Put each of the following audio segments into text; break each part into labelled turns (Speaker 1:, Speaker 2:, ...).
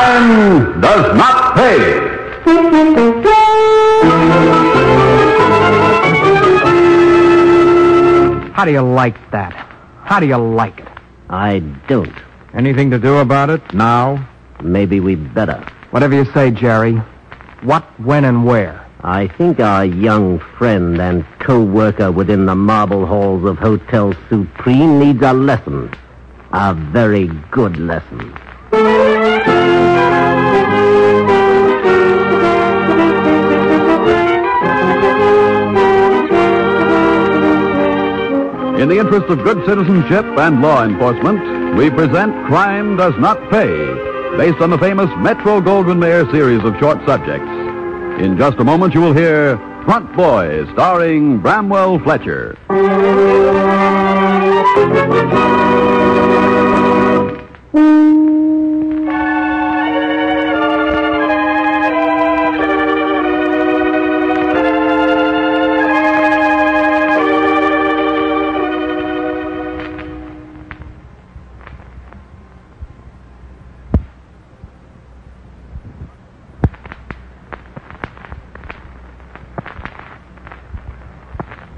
Speaker 1: Crime does not pay.
Speaker 2: How do you like that? How do you like it?
Speaker 3: I don't.
Speaker 2: Anything to do about it now?
Speaker 3: Maybe we better.
Speaker 2: Whatever you say, Jerry. What, when, and where?
Speaker 3: I think our young friend and co-worker within the marble halls of Hotel Supreme needs a lesson. A very good lesson.
Speaker 1: In the interest of good citizenship and law enforcement, we present Crime Does Not Pay, based on the famous Metro Goldwyn Mayer series of short subjects. In just a moment, you will hear Front Boy, starring Bramwell Fletcher.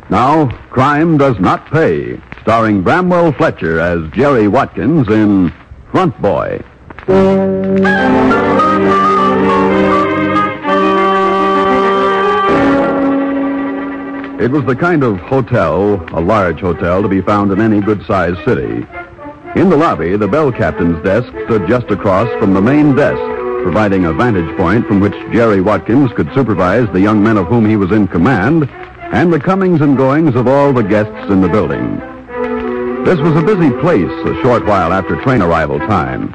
Speaker 1: Now, Crime Does Not Pay, starring Bramwell Fletcher as Jerry Watkins in Front Boy. It was the kind of hotel, a large hotel, to be found in any good sized city. In the lobby, the bell captain's desk stood just across from the main desk, providing a vantage point from which Jerry Watkins could supervise the young men of whom he was in command and the comings and goings of all the guests in the building. This was a busy place a short while after train arrival time.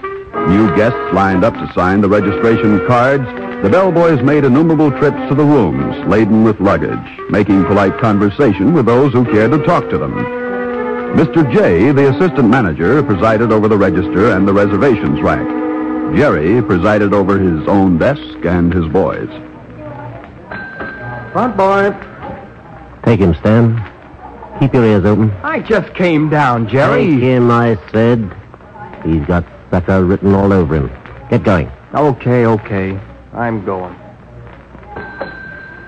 Speaker 1: New guests lined up to sign the registration cards. The bellboys made innumerable trips to the rooms laden with luggage, making polite conversation with those who cared to talk to them. Mr. J, the assistant manager, presided over the register and the reservations rack. Jerry presided over his own desk and his boys.
Speaker 2: Front boy.
Speaker 3: Take him, Stan. Keep your ears open.
Speaker 2: I just came down,
Speaker 3: Take
Speaker 2: Jerry.
Speaker 3: him, I said. He's got sucker written all over him. Get going.
Speaker 2: Okay, okay. I'm going.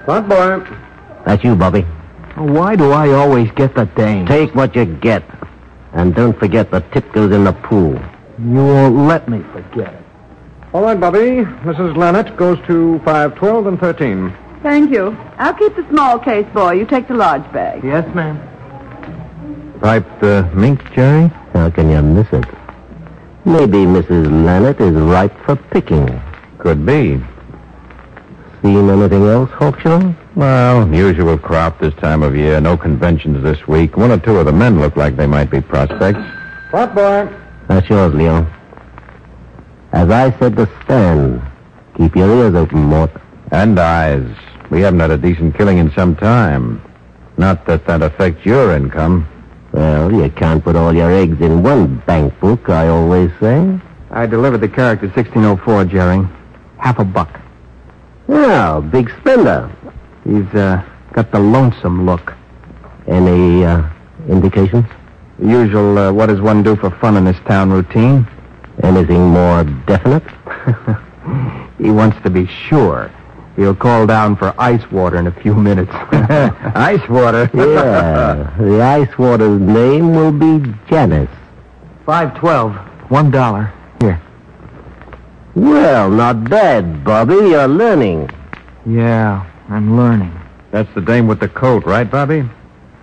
Speaker 2: Front boy.
Speaker 3: That's you, Bobby.
Speaker 2: Why do I always get the dame?
Speaker 3: Take what you get. And don't forget the tip goes in the pool.
Speaker 2: You won't let me forget it.
Speaker 4: All right, Bobby. Mrs. Lannett goes to 5, 12, and 13.
Speaker 5: Thank you. I'll keep the small case, boy. You take the large bag.
Speaker 2: Yes, ma'am.
Speaker 4: Piped uh, mink, Jerry?
Speaker 3: How can you miss it? Maybe Mrs. Lannett is ripe for picking.
Speaker 4: Could be.
Speaker 3: Seen anything else, Hawkshaw?
Speaker 4: Well, usual crop this time of year. No conventions this week. One or two of the men look like they might be prospects. What, boy?
Speaker 3: That's yours, Leo. As I said to Stan, keep your ears open, Mort.
Speaker 4: And eyes. We haven't had a decent killing in some time. Not that that affects your income.
Speaker 3: Well, you can't put all your eggs in one bank book, I always say.
Speaker 2: I delivered the character 1604, Jerry. Half a buck.
Speaker 3: Well, big spender.
Speaker 2: He's uh, got the lonesome look.
Speaker 3: Any uh, indications?
Speaker 2: The usual, uh, what does one do for fun in this town routine?
Speaker 3: Anything more definite?
Speaker 2: He wants to be sure. He'll call down for ice water in a few minutes. ice water?
Speaker 3: Yeah. the ice water's name will be Janice.
Speaker 2: Five twelve. One dollar. Here.
Speaker 3: Well, not bad, Bobby. You're learning.
Speaker 2: Yeah, I'm learning.
Speaker 4: That's the dame with the coat, right, Bobby?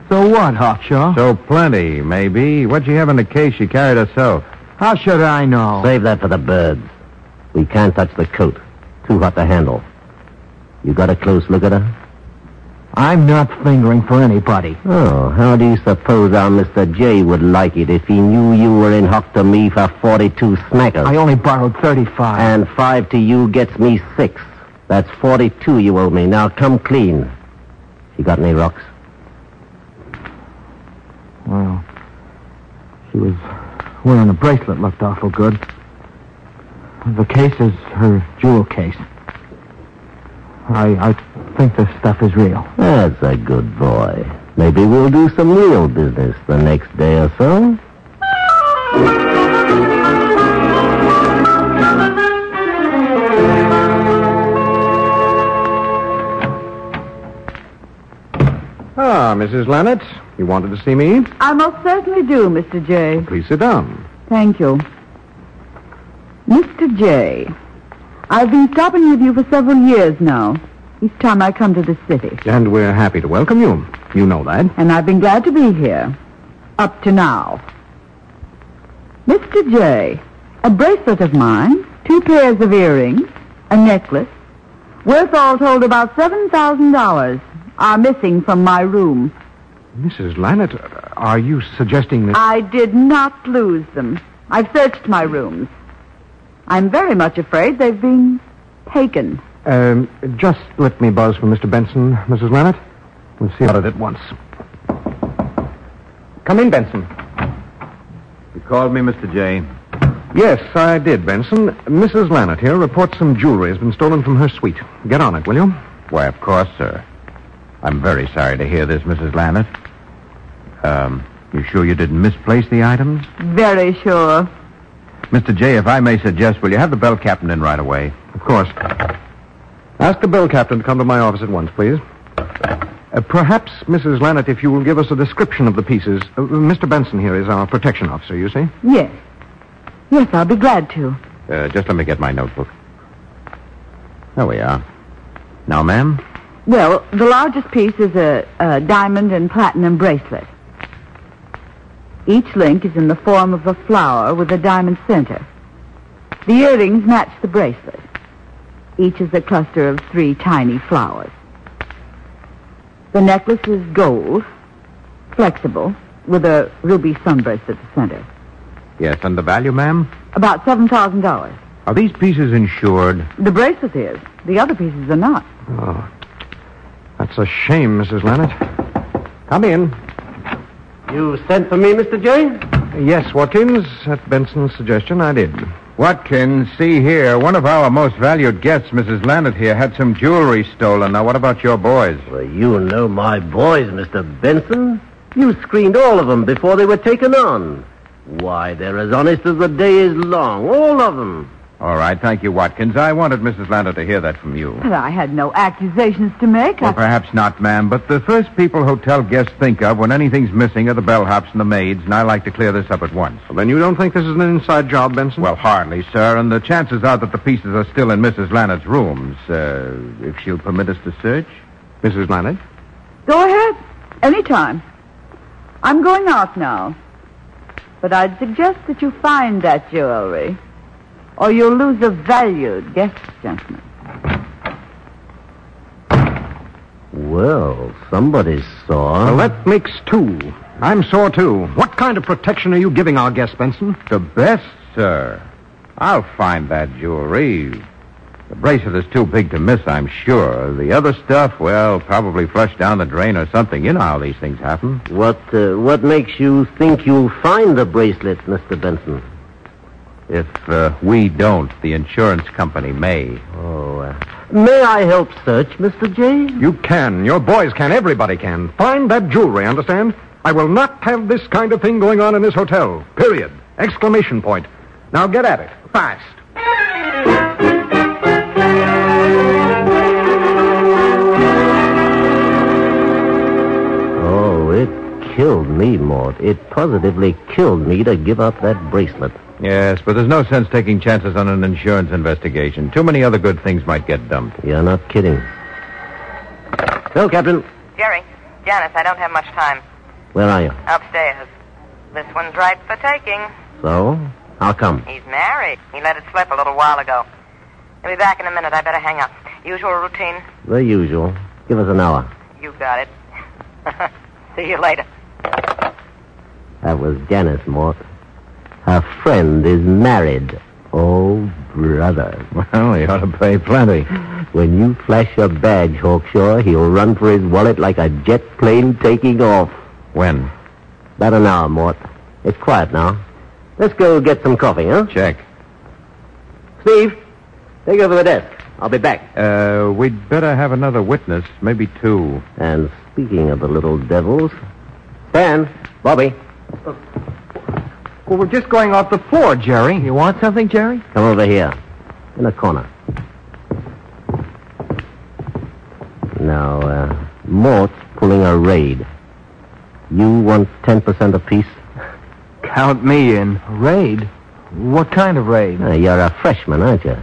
Speaker 2: So what, Hawkshaw?
Speaker 4: So plenty, maybe. What'd she have in the case she carried herself?
Speaker 2: How should I know?
Speaker 3: Save that for the birds. We can't touch the coat. Too hot to handle. You got a close look at her?
Speaker 2: I'm not fingering for anybody.
Speaker 3: Oh, how do you suppose our Mr. J would like it if he knew you were in hock to me for 42 snackers?
Speaker 2: I only borrowed 35.
Speaker 3: And five to you gets me six. That's 42 you owe me. Now come clean. You got any rocks?
Speaker 2: Well, she was wearing a bracelet looked awful good. The case is her jewel case. I, I think this stuff is real.
Speaker 3: That's a good boy. Maybe we'll do some real business the next day or so.
Speaker 2: Ah, Mrs. Lennart, you wanted to see me?
Speaker 5: I most certainly do, Mr. J.
Speaker 2: Please sit down.
Speaker 5: Thank you. Mr. J, I've been stopping with you for several years now. Each time I come to the city,
Speaker 2: And we're happy to welcome you. You know that.
Speaker 5: and I've been glad to be here. Up to now. Mr. J, a bracelet of mine, two pairs of earrings, a necklace, worth all told about $7,000, are missing from my room.
Speaker 2: Mrs. Lannett, are you suggesting that...
Speaker 5: I did not lose them. I've searched my rooms. I'm very much afraid they've been taken.
Speaker 2: Um, just let me buzz for Mr. Benson, Mrs. Lannett. We'll see about it at once. Come in, Benson.
Speaker 1: You called me, Mr. J.
Speaker 2: Yes, I did, Benson. Mrs. Lannett here reports some jewelry has been stolen from her suite. Get on it, will you?
Speaker 1: Why, of course, sir. I'm very sorry to hear this, Mrs. Lannett. Um, you sure you didn't misplace the items?
Speaker 5: Very sure.
Speaker 1: Mr. J, if I may suggest, will you have the bell captain in right away?
Speaker 2: Of course. Ask the bill captain to come to my office at once, please. Uh, perhaps, Mrs. Lannett, if you will give us a description of the pieces. Uh, Mr. Benson here is our protection officer, you see.
Speaker 5: Yes. Yes, I'll be glad to.
Speaker 2: Uh, just let me get my notebook. There we are. Now, ma'am?
Speaker 5: Well, the largest piece is a, a diamond and platinum bracelet. Each link is in the form of a flower with a diamond center. The earrings match the bracelet. Each is a cluster of three tiny flowers. The necklace is gold, flexible, with a ruby sunburst at the center.
Speaker 2: Yes, and the value, ma'am?
Speaker 5: About $7,000.
Speaker 2: Are these pieces insured?
Speaker 5: The bracelet is. The other pieces are not.
Speaker 2: Oh. That's a shame, Mrs. Lannett. Come in.
Speaker 3: You sent for me, Mr. J?
Speaker 2: Yes, Watkins, at Benson's suggestion, I did.
Speaker 1: Watkins, see here. One of our most valued guests, Mrs. Lannett here, had some jewelry stolen. Now, what about your boys?
Speaker 3: Well, you know my boys, Mr. Benson. You screened all of them before they were taken on. Why, they're as honest as the day is long, all of them.
Speaker 1: All right, thank you, Watkins. I wanted Mrs. Lannett to hear that from you.
Speaker 5: But I had no accusations to make.
Speaker 1: Well,
Speaker 5: I-
Speaker 1: perhaps not, ma'am, but the first people hotel guests think of when anything's missing are the bellhops and the maids, and I like to clear this up at once.
Speaker 2: Well, then you don't think this is an inside job, Benson?
Speaker 1: Well, hardly, sir, and the chances are that the pieces are still in Mrs. Lannett's rooms, uh, if she'll permit us to search.
Speaker 2: Mrs. Lannett?
Speaker 5: Go ahead. Anytime. I'm going out now. But I'd suggest that you find that jewelry, or you'll lose a valued guest, gentlemen.
Speaker 3: Well, somebody saw.
Speaker 2: Well, that makes two. I'm sore, too. What kind of protection are you giving our guest, Benson?
Speaker 1: The best, sir. I'll find that jewelry. The bracelet is too big to miss, I'm sure. The other stuff, well, probably flushed down the drain or something. You know how these things happen.
Speaker 3: What uh, what makes you think you'll find the bracelet, Mr. Benson?
Speaker 1: If uh, we don't, the insurance company may.
Speaker 3: Oh, uh, may I help search, Mr. J?
Speaker 2: You can. Your boys can. Everybody can. Find that jewelry, understand? I will not have this kind of thing going on in this hotel. Period. Exclamation point. Now get at it. Fast.
Speaker 3: Oh, it killed me, Mort. It positively killed me to give up that bracelet.
Speaker 1: Yes, but there's no sense taking chances on an insurance investigation. Too many other good things might get dumped.
Speaker 3: You're not kidding. Well, Captain,
Speaker 6: Jerry, Janice, I don't have much time.
Speaker 3: where are you?
Speaker 6: Upstairs. This one's right for taking.
Speaker 3: So, how come?
Speaker 6: He's married. He let it slip a little while ago. He'll be back in a minute. I better hang up. Usual routine.
Speaker 3: The usual. Give us an hour.
Speaker 6: You got it. See you later.
Speaker 3: That was Janice, Mort. Her friend is married. Oh, brother.
Speaker 1: Well, you ought to pay plenty.
Speaker 3: When you flash a badge, Hawkshaw, he'll run for his wallet like a jet plane taking off.
Speaker 1: When?
Speaker 3: About an hour, Mort. It's quiet now. Let's go get some coffee, huh?
Speaker 1: Check.
Speaker 3: Steve, take over the desk. I'll be back.
Speaker 1: Uh, we'd better have another witness, maybe two.
Speaker 3: And speaking of the little devils, Stan, Bobby,
Speaker 2: Well, we're just going off the floor, Jerry. You want something, Jerry?
Speaker 3: come over here. In the corner. Now, uh, Mort's pulling a raid. You want 10% apiece?
Speaker 7: Count me in. Raid? What kind of raid?
Speaker 3: Ah, you're a freshman, aren't you?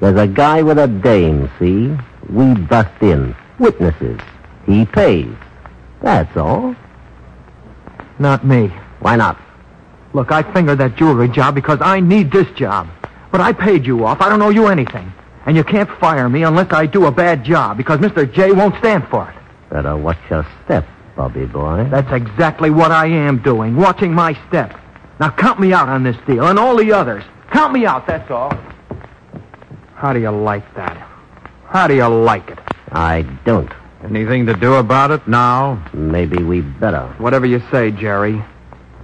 Speaker 3: There's a guy with a dame, see? We bust in. Witnesses. He pays. That's all.
Speaker 7: Not me.
Speaker 3: Why not?
Speaker 7: Look, I fingered that jewelry job because I need this job. But I paid you off. I don't owe you anything. And you can't fire me unless I do a bad job because Mr. J won't stand for it.
Speaker 3: Better watch your step, Bobby boy.
Speaker 7: That's exactly what I am doing, watching my step. Now count me out on this deal and all the others. Count me out, that's all. How do you like that? How do you like it?
Speaker 3: I don't.
Speaker 2: Anything to do about it now?
Speaker 3: Maybe we better.
Speaker 7: Whatever you say, Jerry.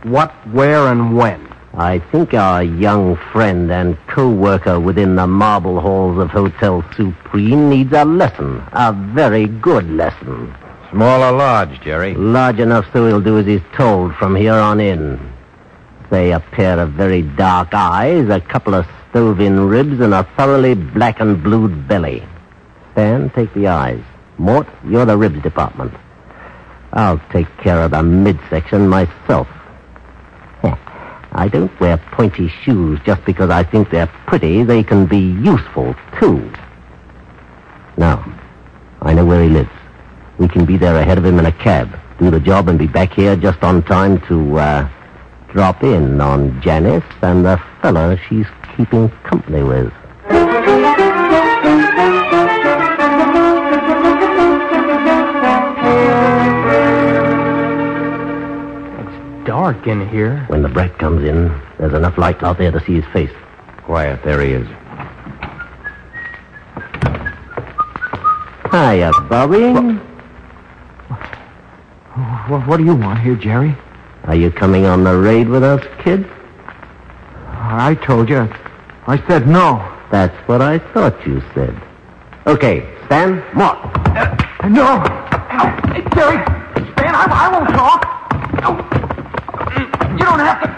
Speaker 7: What, where, and when?
Speaker 3: I think our young friend and co-worker within the marble halls of Hotel Supreme needs a lesson, a very good lesson.
Speaker 8: Small or large, Jerry?
Speaker 3: Large enough so he'll do as he's told from here on in. Say a pair of very dark eyes, a couple of stove-in ribs, and a thoroughly black and blued belly. Stan, take the eyes. Mort, you're the ribs department. I'll take care of the midsection myself. Heh, I don't wear pointy shoes just because I think they're pretty. They can be useful, too. Now, I know where he lives. We can be there ahead of him in a cab, do the job, and be back here just on time to uh, drop in on Janice and the fella she's keeping company with.
Speaker 7: Dark in here.
Speaker 3: When the brat comes in, there's enough light out there to see his face.
Speaker 8: Quiet, there he is.
Speaker 3: Hiya, Bobby.
Speaker 7: What, what do you want here, Jerry?
Speaker 3: Are you coming on the raid with us, kid?
Speaker 7: I told you. I said no.
Speaker 3: That's what I thought you said. Okay, Stan, Mort.
Speaker 7: No! Hey, Jerry! Stan, I, I won't talk! No. You don't have to.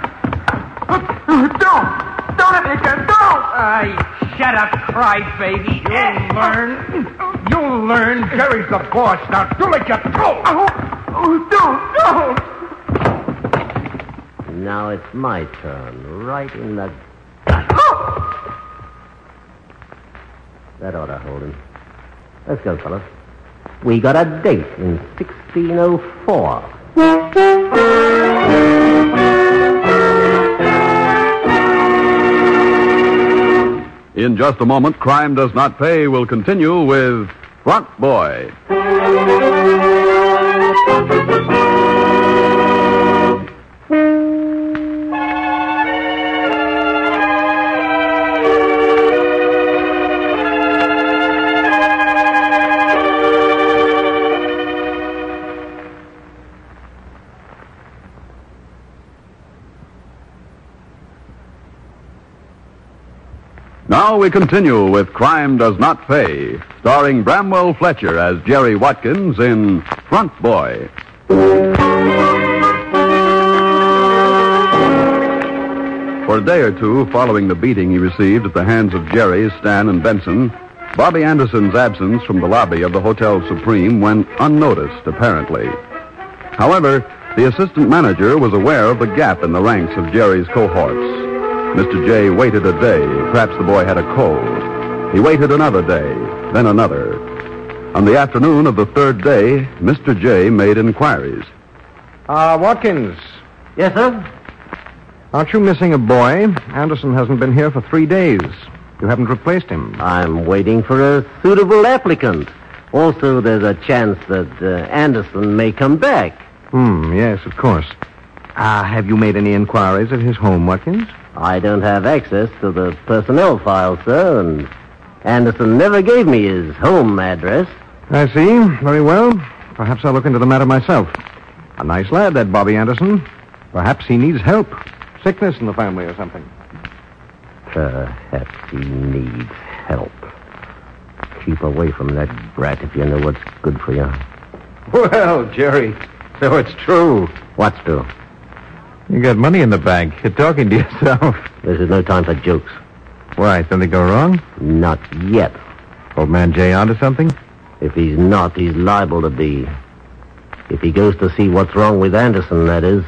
Speaker 7: Don't! Don't if you can! Don't!
Speaker 9: Hey, shut up, crybaby. You'll learn. You'll learn. Jerry's the boss now. Do let you go.
Speaker 7: Oh, don't! Don't!
Speaker 3: Now it's my turn, right in the
Speaker 7: Oh!
Speaker 3: gut. that ought to hold him. Let's go, fellas. We got a date in 1604.
Speaker 1: In just a moment, Crime Does Not Pay will continue with Front Boy. Now we continue with Crime Does Not Pay, starring Bramwell Fletcher as Jerry Watkins in Front Boy. For a day or two following the beating he received at the hands of Jerry, Stan, and Benson, Bobby Anderson's absence from the lobby of the Hotel Supreme went unnoticed, apparently. However, the assistant manager was aware of the gap in the ranks of Jerry's cohorts. Mr. J waited a day. Perhaps the boy had a cold. He waited another day, then another. On the afternoon of the third day, Mr. J made inquiries.
Speaker 2: Uh, Watkins,
Speaker 7: Yes, sir?
Speaker 2: aren't you missing a boy? Anderson hasn't been here for three days. You haven't replaced him.
Speaker 3: I'm waiting for a suitable applicant. Also, there's a chance that uh, Anderson may come back.
Speaker 2: Hmm, yes, of course. Ah, have you made any inquiries at his home, Watkins?
Speaker 3: I don't have access to the personnel file, sir, and Anderson never gave me his home address.
Speaker 2: I see. Very well. Perhaps I'll look into the matter myself. A nice lad, that Bobby Anderson. Perhaps he needs help. Sickness in the family or something.
Speaker 3: Perhaps he needs help. Keep away from that brat if you know what's good for you.
Speaker 8: Well, Jerry, so it's true.
Speaker 3: What's to?
Speaker 8: You got money in the bank. You're talking to yourself.
Speaker 3: This is no time for jokes.
Speaker 8: Why, something go wrong?
Speaker 3: Not yet.
Speaker 8: Old man Jay onto something?
Speaker 3: If he's not, he's liable to be. If he goes to see what's wrong with Anderson, that is.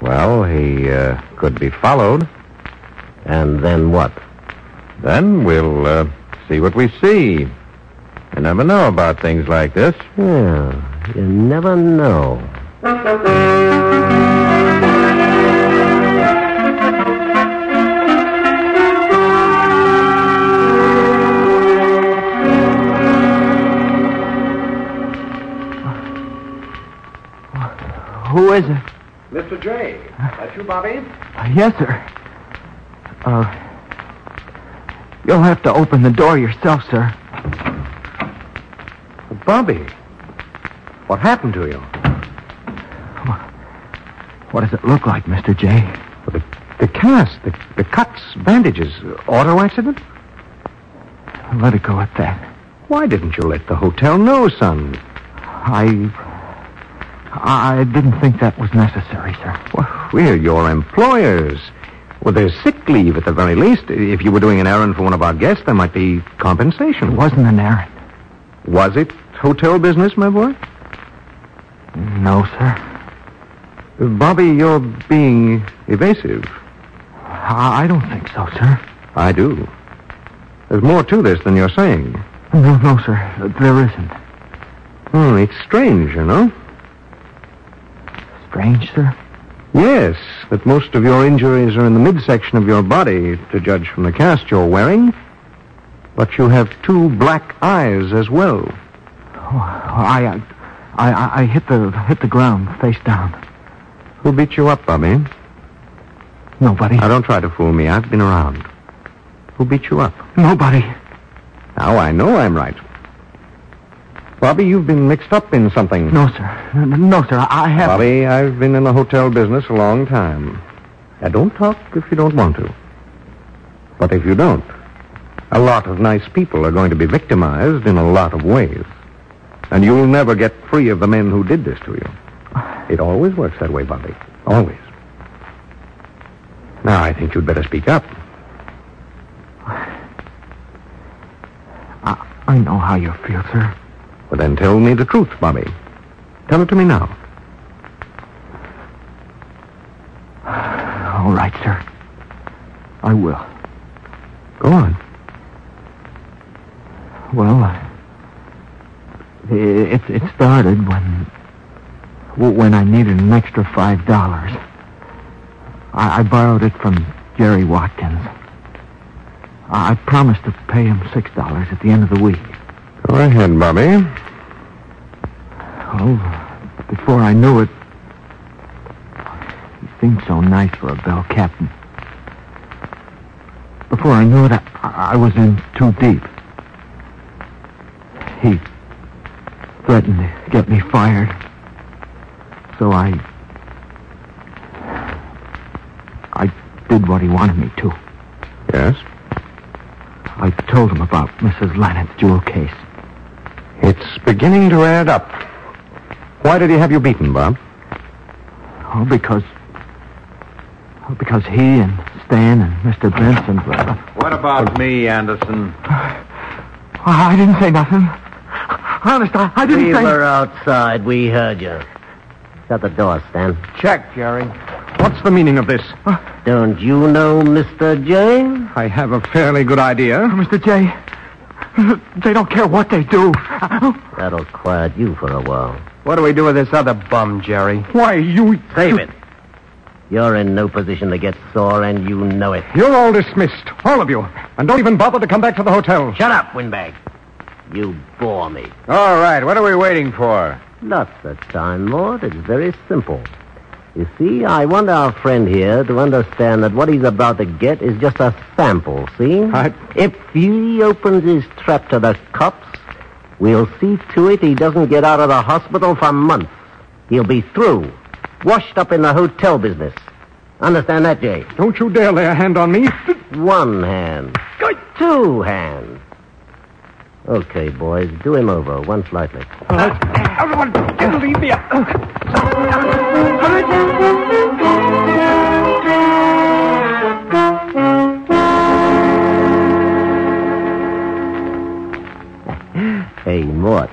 Speaker 8: Well, he uh, could be followed.
Speaker 3: And then what?
Speaker 8: Then we'll uh, see what we see. You never know about things like this.
Speaker 3: Yeah, you never know.
Speaker 7: Who is it?
Speaker 2: Mr. J, that you, Bobby?
Speaker 7: Yes, sir. Uh, you'll have to open the door yourself, sir.
Speaker 2: Bobby, what happened to you?
Speaker 7: What does it look like, Mr. J?
Speaker 2: The, the cast, the, the cuts, bandages, auto accident?
Speaker 7: Let it go at that.
Speaker 2: Why didn't you let the hotel know, son?
Speaker 7: I. I didn't think that was necessary, sir.
Speaker 2: Well, we're your employers. Well, there's sick leave at the very least. If you were doing an errand for one of our guests, there might be
Speaker 7: It
Speaker 2: compensation.
Speaker 7: wasn't an errand.
Speaker 2: Was it hotel business, my boy?
Speaker 7: No, sir.
Speaker 2: Bobby, you're being evasive.
Speaker 7: I, I don't think so, sir.
Speaker 2: I do. There's more to this than you're saying.
Speaker 7: No, no, sir. There isn't.
Speaker 2: Hmm, it's strange, you know.
Speaker 7: Strange, sir?
Speaker 2: Yes, that most of your injuries are in the midsection of your body, to judge from the cast you're wearing. But you have two black eyes as well.
Speaker 7: I, uh, I, I, I hit the hit the ground face down.
Speaker 2: Who beat you up, Bobby?
Speaker 7: Nobody.
Speaker 2: Now, don't try to fool me. I've been around. Who beat you up?
Speaker 7: Nobody.
Speaker 2: Now I know I'm right. Bobby, you've been mixed up in something.
Speaker 7: No, sir. N- No, sir. I I have.
Speaker 2: Bobby, I've been in the hotel business a long time. Now, don't talk if you don't want to. But if you don't, a lot of nice people are going to be victimized in a lot of ways. And you'll never get free of the men who did this to you. It always works that way, Bobby. Always. Now, I think you'd better speak up.
Speaker 7: I know how you feel, sir.
Speaker 2: Well, then tell me the truth, Bobby. Tell it to me now.
Speaker 7: All right, sir. I will.
Speaker 2: Go on.
Speaker 7: Well, uh, it, it started when when I needed an extra five dollars. I, I borrowed it from Jerry Watkins. I, I promised to pay him six dollars at the end of the week.
Speaker 2: Go ahead, Bobby.
Speaker 7: Well, Oh, before I knew it, he seemed so nice for a bell captain. Before I knew it, I, I was in too deep. He threatened to get me fired. So I. I did what he wanted me to.
Speaker 2: Yes?
Speaker 7: I told him about Mrs. Lennon's jewel case.
Speaker 2: It's beginning to add up. Why did he have you beaten, Bob?
Speaker 7: Oh, because. Because he and Stan and Mr. Mm, Benson. were-
Speaker 8: What about me, Anderson?
Speaker 7: I I didn't say nothing. Honest, I, I didn't
Speaker 3: We
Speaker 7: say.
Speaker 3: were outside. We heard you. Shut the door, Stan.
Speaker 2: Check, Jerry. What's the meaning of this?
Speaker 3: Don't you know Mr. J?
Speaker 2: I have a fairly good idea.
Speaker 7: Mr. J, they don't care what they do.
Speaker 3: That'll quiet you for a while.
Speaker 7: What do we do with this other bum, Jerry?
Speaker 2: Why, you.
Speaker 3: Save it. You're in no position to get sore, and you know it.
Speaker 2: You're all dismissed. All of you. And don't even bother to come back to the hotel.
Speaker 3: Shut up, windbag. You bore me.
Speaker 8: All right, what are we waiting for?
Speaker 3: Lots of time, Lord. It's very simple. You see, I want our friend here to understand that what he's about to get is just a sample, see?
Speaker 2: I-
Speaker 3: If he opens his trap to the cops, we'll see to it he doesn't get out of the hospital for months. He'll be through, washed up in the hotel business. Understand that, Jay?
Speaker 2: Don't you dare lay a hand on me.
Speaker 3: One hand. Two hands. Okay, boys, do him over once lightly.
Speaker 9: Uh, Everyone, leave me up.
Speaker 3: Hey, Mort.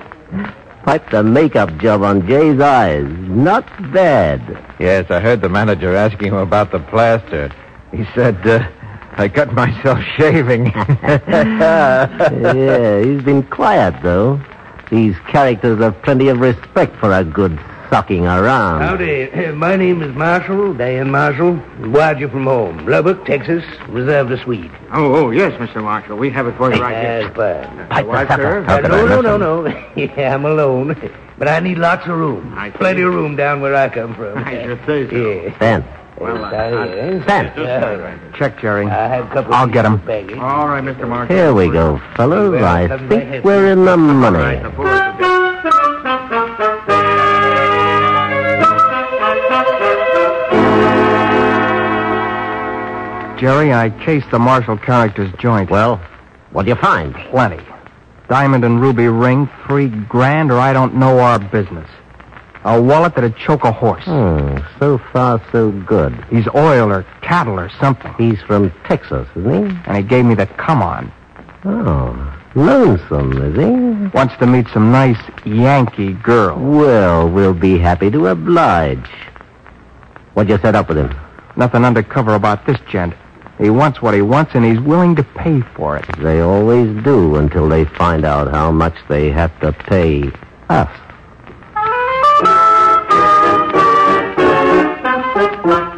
Speaker 10: Wiped the makeup job on Jay's eyes. Not bad.
Speaker 2: Yes, I heard the manager asking him about the plaster. He said, uh, I cut myself shaving.
Speaker 10: yeah, he's been quiet, though. These characters have plenty of respect for a good sucking around.
Speaker 3: Howdy. Uh, My name is Marshall, Dan Marshall. Wired you from home. Lubbock, Texas. Reserved a suite.
Speaker 7: Oh, oh, yes, Mr. Marshall. We have it for you right here.
Speaker 3: That's fine.
Speaker 7: Pipe Wife, sir?
Speaker 3: Uh, no, no, no, no, yeah, I'm alone. But I need lots of room. Plenty of room down where I come from.
Speaker 7: I should say so.
Speaker 3: Yeah.
Speaker 10: Stan,
Speaker 3: Well, I,
Speaker 10: Stan.
Speaker 11: Check, Jerry.
Speaker 3: I have a couple
Speaker 11: I'll
Speaker 3: of
Speaker 11: get 'em.
Speaker 3: baggies.
Speaker 7: All right, Mr. Marshall.
Speaker 10: here we go, fellas. I think we're in the
Speaker 7: All right,
Speaker 10: money.
Speaker 7: the four of you.
Speaker 11: Jerry, I cased the Marshall character's joint.
Speaker 10: Well, what do you find?
Speaker 11: Plenty. Diamond and ruby ring, three grand, or I don't know our business. A wallet that'd choke a horse.
Speaker 10: Hmm, so far, so good.
Speaker 11: He's oil or cattle or something.
Speaker 10: He's from Texas, isn't he?
Speaker 11: And he gave me the come on.
Speaker 10: Oh, lonesome, is he?
Speaker 11: Wants to meet some nice Yankee girl.
Speaker 10: Well, we'll be happy to oblige. What'd you set up with him?
Speaker 11: Nothing undercover about this gent. He wants what he wants, and he's willing to pay for it.
Speaker 10: They always do until they find out how much they have to pay us.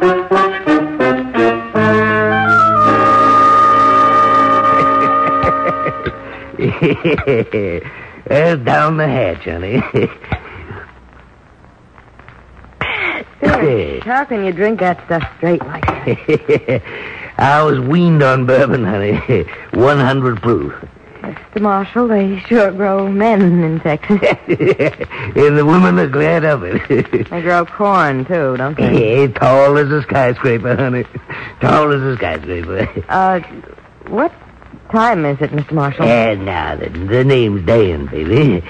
Speaker 3: Uh, down the hatch, honey.
Speaker 5: How can you drink that stuff straight like that?
Speaker 3: I was weaned on bourbon, honey. 100 proof.
Speaker 5: Mr. Marshall, they sure grow men in Texas.
Speaker 3: and the women are glad of it.
Speaker 5: they grow corn, too, don't they?
Speaker 3: Yeah, tall as a skyscraper, honey. Tall as a skyscraper.
Speaker 5: uh, what time is it, Mr. Marshall?
Speaker 3: And now the, the name's Dan, baby.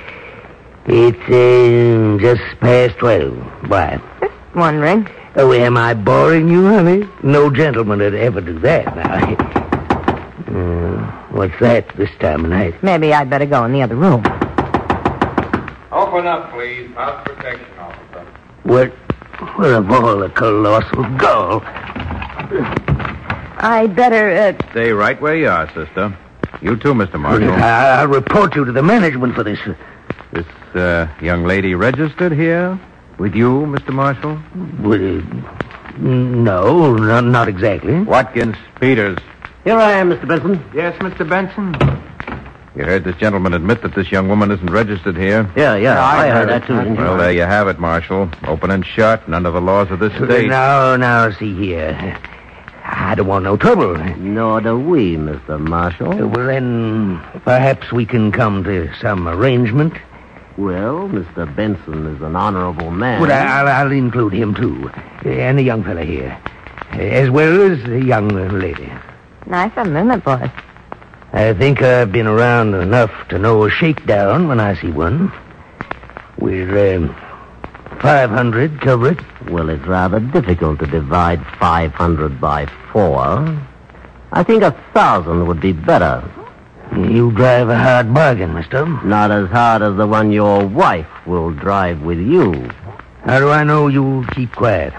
Speaker 3: It's um, just past twelve. Why?
Speaker 5: Wondering.
Speaker 3: Oh, am I boring you, honey? No gentleman would ever do that. Now, Hmm, what's that this time of night?
Speaker 5: Maybe I'd better go in the other room.
Speaker 2: Open up, please. House protection officer.
Speaker 3: What? What of all the colossal gall?
Speaker 5: I'd better, uh,
Speaker 2: Stay right where you are, sister. You too, Mr. Marshall.
Speaker 3: I, I'll report you to the management for this.
Speaker 2: this uh, young lady registered here with you, Mr. Marshall?
Speaker 3: Well, no, not, not exactly.
Speaker 2: Watkins, Peters.
Speaker 10: Here I am, Mr. Benson.
Speaker 7: Yes, Mr. Benson?
Speaker 2: You heard this gentleman admit that this young woman isn't registered here.
Speaker 10: Yeah, yeah, I, heard that too. didn't you?
Speaker 2: Well, there you have it, Marshall. Open and shut, and under the laws of this state.
Speaker 3: Now, now, see here. I don't want no trouble.
Speaker 10: Nor do we, Mr.
Speaker 3: Uh,
Speaker 10: Marshall.
Speaker 3: Well, then, perhaps we can come to some arrangement.
Speaker 10: Well, Mr. Benson is an honorable man.
Speaker 3: But I, I'll, I'll include him, too, and the young fella here, as well as the young lady.
Speaker 5: nice of them, isn't it, boys?
Speaker 3: I think I've been around enough to know a shakedown when I see one. We're, um, 500, cover it.
Speaker 10: Well, it's rather difficult to divide 500 by 4. I think a thousand would be better.
Speaker 3: You drive a hard bargain, mister.
Speaker 10: Not as hard as the one your wife will drive with you.
Speaker 3: How do I know you'll keep quiet?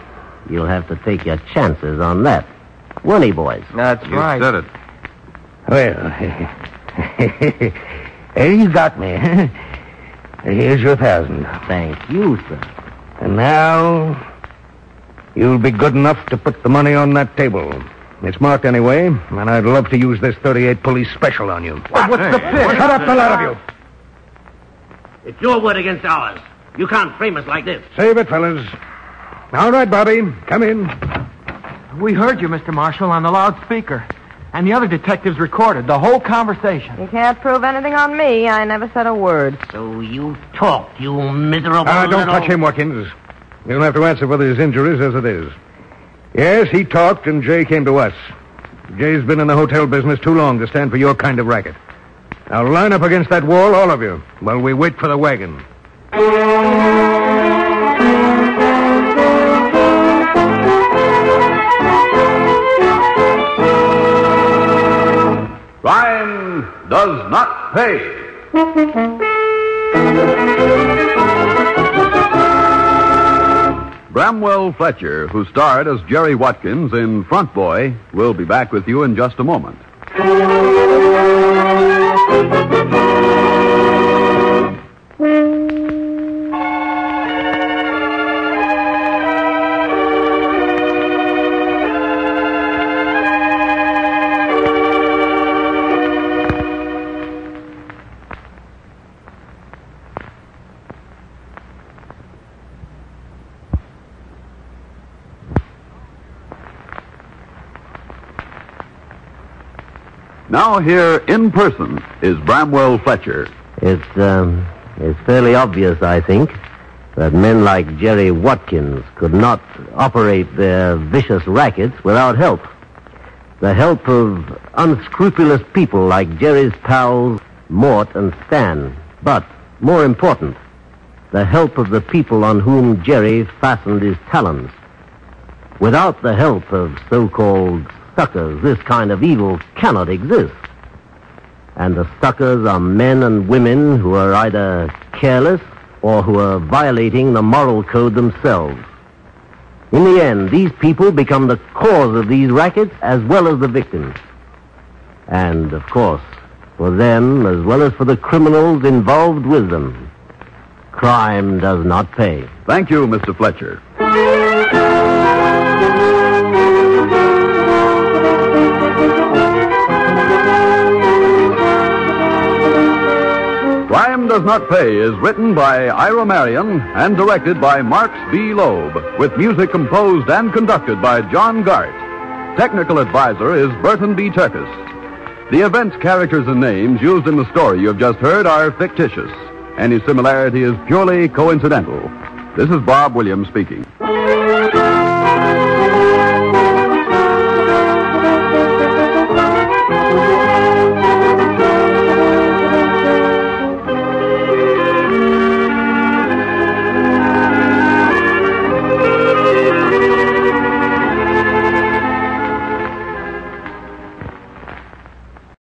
Speaker 10: You'll have to take your chances on that. Won't he, boys?
Speaker 2: That's you
Speaker 7: right.
Speaker 2: said it.
Speaker 3: Well, hey, you got me. huh? Here's your thousand.
Speaker 10: Thank you, sir.
Speaker 3: And now, you'll be good enough to put the money on that table. It's marked anyway, and I'd love to use this 38 police special on you.
Speaker 7: What's the pitch?
Speaker 3: Shut up, the lot of you.
Speaker 12: It's your word against ours. You can't frame us like this.
Speaker 3: Save it, fellas. All right, Bobby, come in.
Speaker 7: We heard you, Mr. Marshall, on the loudspeaker. And the other detectives recorded the whole conversation.
Speaker 5: You can't prove anything on me. I never said a word.
Speaker 10: So you talk, you miserable.
Speaker 3: Ah, don't touch him, Watkins. He'll have to answer for his injuries as it is. Yes, he talked, and Jay came to us. Jay's been in the hotel business too long to stand for your kind of racket. Now line up against that wall, all of you, while we wait for the wagon.
Speaker 1: Crime does not pay. Bramwell Fletcher, who starred as Jerry Watkins in Front Boy, will be back with you in just a moment. Now here in person is Bramwell Fletcher.
Speaker 3: It's, um, it's fairly obvious, I think, that men like Jerry Watkins could not operate their vicious rackets without help. The help of unscrupulous people like Jerry's pals, Mort and Stan. But, more important, the help of the people on whom Jerry fastened his talons. Without the help of so-called suckers, this kind of evil cannot exist. And the suckers are men and women who are either careless or who are violating the moral code themselves. In the end, these people become the cause of these rackets as well as the victims. And, of course, for them as well as for the criminals involved with them, crime does not pay.
Speaker 1: Thank you, Mr. Fletcher. Crime Does Not Pay is written by Ira Marion and directed by Marks B. Loeb, with music composed and conducted by John Gart. Technical advisor is Burton B. Turkis. The events, characters, and names used in the story you have just heard are fictitious. Any similarity is purely coincidental. This is Bob Williams speaking.